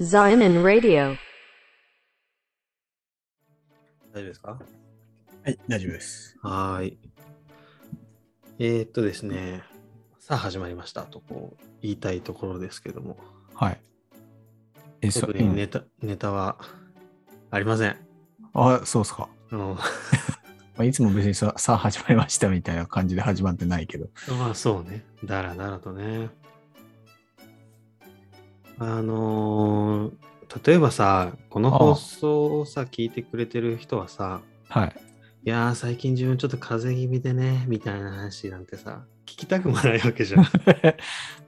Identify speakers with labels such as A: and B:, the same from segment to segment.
A: Zion Radio.
B: 大丈夫ですか
C: はい、大丈夫です。
B: はーい。えー、っとですね、さあ始まりましたとこう言いたいところですけども、
C: はい。え、そ
B: 特
C: う、
B: に
C: うん
B: ネタ,、ネタはありません。
C: あ、そうっすか。
B: うん、
C: まあ、いつも別にさ、さあ始まりましたみたいな感じで始まってないけど。
B: まあそうね、だらだらとね。あのー例えばさ、この
C: ああ
B: 放送をさ、聞いてくれてる人はさ、
C: はい。
B: いやー最近自分ちょっと風邪気味でね、みたいな話なんてさ、聞きたくもないわけじゃん。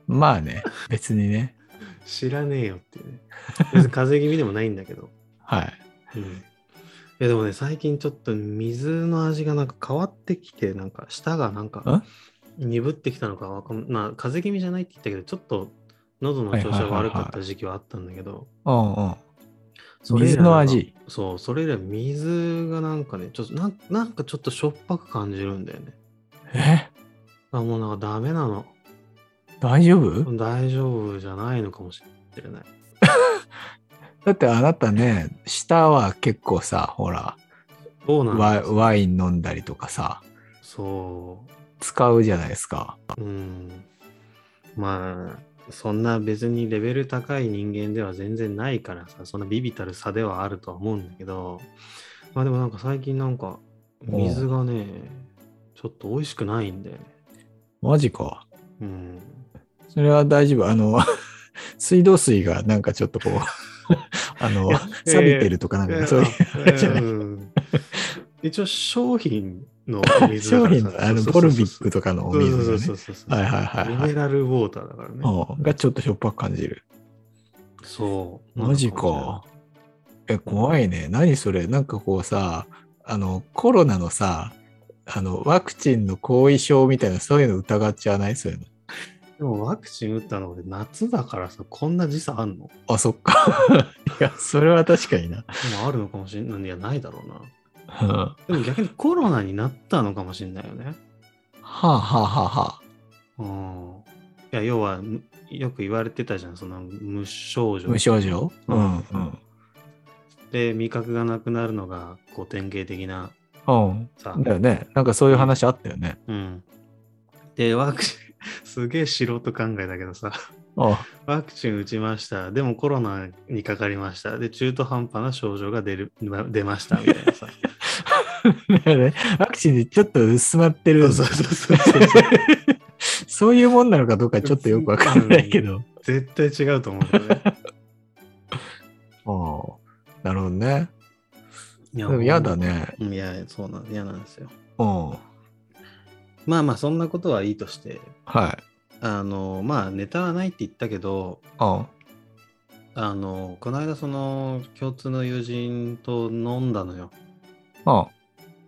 C: まあね、別にね。
B: 知らねえよっていうね。別に風邪気味でもないんだけど。
C: はい。
B: うん。いやでもね、最近ちょっと水の味がなんか変わってきて、なんか舌がなんか鈍ってきたのかわかんまあ、風邪気味じゃないって言ったけど、ちょっと喉の調子が悪かった時期はあったんだけど、
C: うんうん。
B: それ以来
C: 水の味。
B: そう、それ以来水がなんかね、ちょっとなんなんかちょっとしょっぱく感じるんだよね。
C: え
B: あ、もうなんかダメなの。
C: 大丈夫
B: 大丈夫じゃないのかもしれない。
C: だってあなたね、舌は結構さ、ほら、
B: どうなん
C: ワ
B: だ
C: イ
B: ろう
C: ワイン飲んだりとかさ、
B: そう。
C: 使うじゃないですか。
B: うん。まあ、そんな別にレベル高い人間では全然ないからさ、そんなビビたる差ではあるとは思うんだけど、まあでもなんか最近なんか水がね、ちょっと美味しくないんだよね。
C: マジか。
B: うん。
C: それは大丈夫。あの、 水道水がなんかちょっとこう、 あの
B: いや、
C: 錆びてるとかなんか、そういう
B: う
C: じゃない
B: ん一応商品の水だ
C: 商
B: から
C: 品
B: さ
C: の、あの、
B: そうそ
C: ボ
B: うそう
C: ルビックとかのお
B: そう
C: 水
B: そう
C: が
B: そ
C: ね
B: うそうそう。
C: はいはいはいはい
B: ミネラルウォーターだからね。
C: うんがちょっとしょっぱく感じる。
B: そう。
C: マジか。え、怖いね。何それなんかこうさ、あの、コロナのさ、あの、ワクチンの後遺症みたいな、そういうの疑っちゃわないそういうの。
B: でもワクチン打ったの俺夏だからさ、こんな時差あんので
C: あ、そっか。 いや、それは確かにな。
B: もあるのかもしれない。いや、ないだろうな。
C: うんは
B: でも逆にコロナになったのかもしれないよね。
C: あ、はあはあは
B: う
C: あ、
B: ん。いや、要は、むよく言われてたじゃん、その無症状
C: 無症状
B: う
C: うんんうん。
B: で、味覚がなくなるのが、こう、典型的な
C: うん。
B: さ。
C: だよね。なんかそういう話あったよね。
B: うん。で、ワクチン、 すげえ素人考えだけどさ、
C: あ
B: ワクチン打ちました。でもコロナにかかりました。で、中途半端な症状が出る、出ました、みたい なさ。
C: だよねワクチンでちょっと薄まってる。
B: そうそうそうそうそう。
C: そういうもんなのかどうかちょっとよくわかんないけど。
B: 絶対違うと思うけどね。
C: ああ、なるほどね。
B: い
C: で
B: や
C: も嫌だ。ね。
B: いや、そうなん、嫌なんですよ。
C: うん。はい。
B: まあまあ、そんなことはいいとして、
C: あ
B: あの、まあ、ネタはないって言ったけど、
C: あ
B: あの、この間、その、共通の友人と飲んだのよ。
C: あ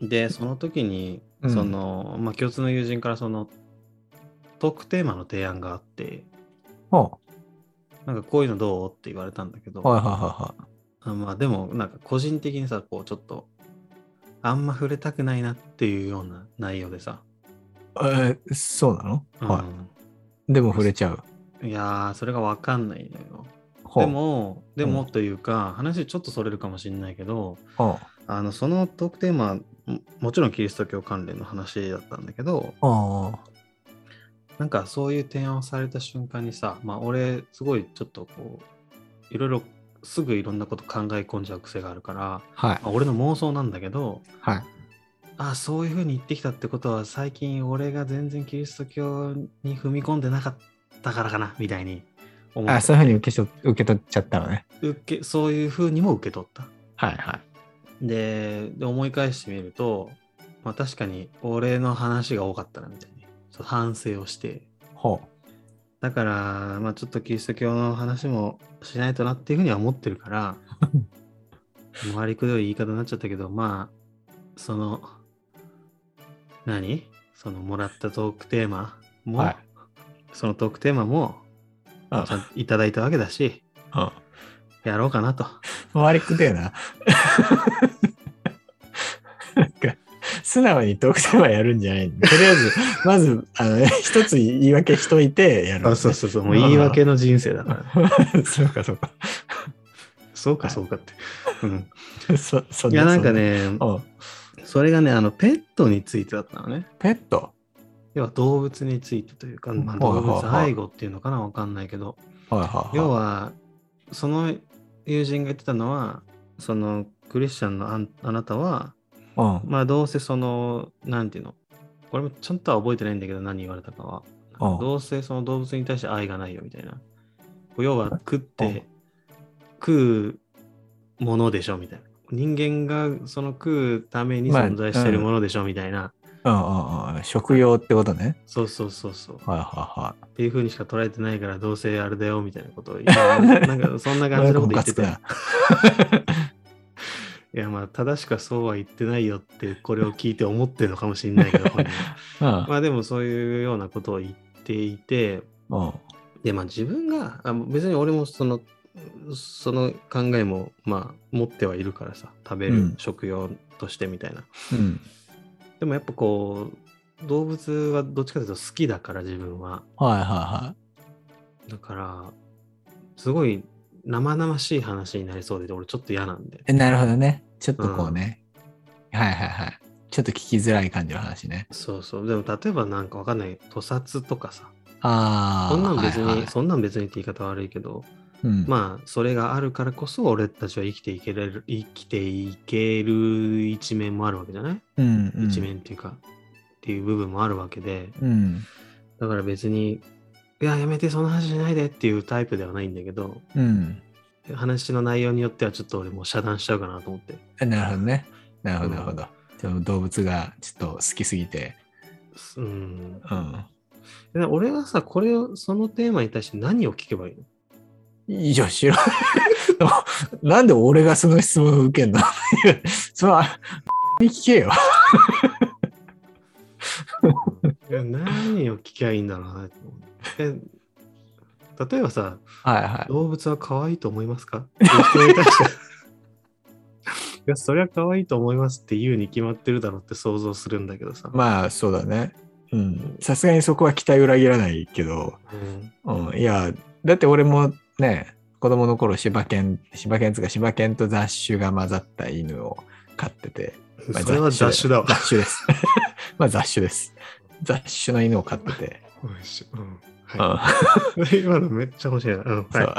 B: で、その時に、
C: うん
B: その、まあ、共通の友人から、その、トークテーマの提案があって、
C: あは
B: なんかこういうのどうって言われたんだけど、
C: いはいは
B: あまあでもなんか個人的にさ、こうちょっと、あんま触れたくないなっていうような内容でさ、
C: いはい。えーそうなの、は
B: うん
C: い。でも触れちゃう。
B: いやー、それがわかんないのよ。
C: ほう
B: で、も、でも
C: うん
B: というか、話ちょっとそれるかもしれないけど、
C: あ
B: あの、そのトークテーマ、ももちろんキリスト教関連の話だったんだけど、
C: ああ
B: なんかそういう提案をされた瞬間にさ、まあ俺、すごいちょっとこう、いろいろ、すぐいろんなこと考え込んじゃう癖があるから、
C: あ。はい
B: まあ。俺の妄想なんだけど、
C: はい。
B: あそういうふうに言ってきたってことは最近俺が全然キリスト教に踏み込んでなかったからかなみたいに思っ
C: あそういうふうに受け取受け取っちゃったのね。
B: 受けそういうふうにも受け取った
C: はいはい。
B: でで思い返してみると、まあ、確かに俺の話が多かったなみたいにちょっと反省をして
C: ほ
B: だから、まあ、ちょっとキリスト教の話もしないとなっていうふうには思ってるから 回りくどい言い方になっちゃったけどまあその何そのもらったトークテーマ
C: う。
B: も、
C: はい。
B: そのトークテーマも
C: うん
B: ちゃんといただいたわけだし
C: うん。
B: やろうかなと
C: 回りくだよな。なんか素直にトークテーマやるんじゃないのとりあえず、まず、あの、一つ言い訳しといてやる。
B: そうそうそうもう言い訳の人生だから
C: そうかそうか。
B: そうかそうかって。うん、
C: そそ
B: いやなんか、ね、
C: そなうん
B: それがね、あのペットについてだったのね。
C: ペット
B: 要は動物についてというか、まあ、動
C: はいはいは
B: 物
C: い
B: 愛護っていうのかなわかんないけど、
C: はいはい
B: 要
C: は
B: はその友人が言ってたのはそのクリスチャンのあんあなたは
C: いう
B: まあどうせそのなんていうのこれもちゃんとは覚えてないんだけど何言われたかは
C: うん
B: どうせその動物に対して愛がないよみたいなこう要は食っ
C: うん
B: て食うものでしょみたいな人間がその食うために
C: まあ
B: 存在してるものでしょみたいな
C: うんうんうん食用ってことね
B: そうそうそうそう
C: はいは
B: っていう風にしか捉えてないからどうせあれだよみたいなことを言 うなんかそんない
C: は
B: 感
C: い
B: じ
C: な
B: のこと
C: んかム
B: 言
C: カ
B: っ
C: つ
B: て
C: く
B: た
C: な
B: いやまあ正しくはそうは言ってないよってこれを聞いて思ってるのかもしれないけど本人は
C: うん
B: まあでもそういうようなことを言っていて
C: うん
B: でまあ自分があ別に俺もそのその考えもまあ持ってはいるからさ食べ
C: う
B: る
C: ん
B: 食用としてみたいな、
C: うん
B: でもやっぱこう動物はどっちかというと好きだから自分は
C: はいはいはい
B: だからすごい生々しい話になりそうで俺ちょっと嫌なんで
C: えなるほどねちょっとこうね、はいはいはいちょっと聞きづらい感じの話ね
B: そうそうでも例えばなんかわかんない屠殺とかさ
C: ああ
B: そんなん別に、
C: はいはい
B: そんなん別にって言い方悪いけど、
C: うん、
B: まあそれがあるからこそ俺たちは生きていけれる生きていける一面もあるわけじゃない、
C: うんうん、
B: 一面っていうかっていう部分もあるわけで
C: うん
B: だから別にいややめてその話しないでっていうタイプではないんだけど
C: うん
B: 話の内容によってはちょっと俺もう遮断しちゃうかなと思って
C: えなるほどねなるほ
B: うん
C: どなるほど、でも動物がちょっと好きすぎて
B: うん
C: うん
B: で俺はさこれをそのテーマに対して何を聞けばいいの
C: いや、 知らない。なんで俺がその質問を受けんの いやそれは、に聞けよ。
B: いや何を聞きゃいいんだろうなって思うえ例えばさ
C: はいは
B: 動物は可愛いと思いますかっていう質問に対 していやそりゃ可愛いと思いますって言うに決まってるだろうって想像するんだけどさ、
C: まあ、そうだね。うん。さすがにそこは期待裏切らないけど、
B: うん
C: うん。いや、だって俺もね、子供の頃、柴犬、柴犬つうか、柴犬と雑種が混ざった犬を飼ってて、まあ
B: それは雑種だわ
C: 雑種です。 まあ、雑種です。雑種の犬を飼ってて、
B: 美味しいうん
C: う
B: はい
C: ん。
B: 今のめっちゃ面白いな、うん、
C: そう
B: はい、は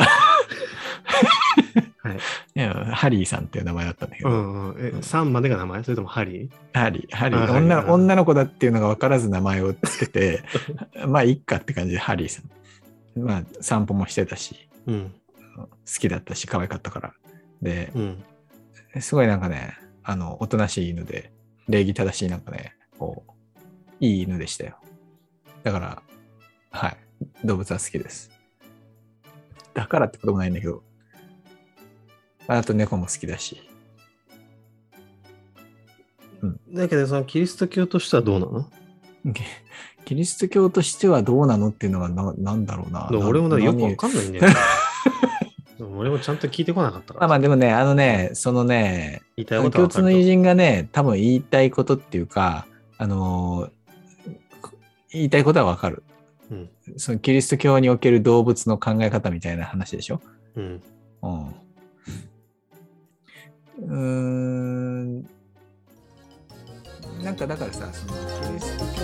B: い
C: いやハリーさんっていう名前だったんだけ
B: う
C: ど、
B: んうん、え3までが名前それともハリー
C: ハリー、ハリ
B: あ
C: ー
B: ハリー
C: 女
B: う
C: の
B: ん
C: 女の子だっていうのが分からず名前をつけ て、まあ、いっかって感じで、ハリーさん。まあ、散歩もしてたし、
B: うん
C: 好きだったし、可愛かったから。で、
B: うん
C: すごいなんかね、あの、おとなしい犬で、礼儀正しいなんかね、こう、いい犬でしたよ。だから、はい、動物は好きです。だからってこともないんだけど、あと猫も好きだし、
B: だけどそのキリスト教としてはどうなの
C: キキリスト教としてはどうなのっていうのがななんだろうな。
B: だから俺もだ
C: な
B: からよくわか
C: 何
B: んないんだよ、ね。 でも俺もちゃんと聞いてこなか ったから。
C: まあまあでもね、あのね、そのね、
B: 言いたい
C: 共
B: ことはわか
C: 通の友
B: ると
C: 人がね、多分言いたいことっていうか、あのー言いたいことはわかる。
B: うん
C: そのキリスト教における動物の考え方みたいな話でしょ。
B: うん。
C: うん。うーん。なんかだからさ、そのキリスト教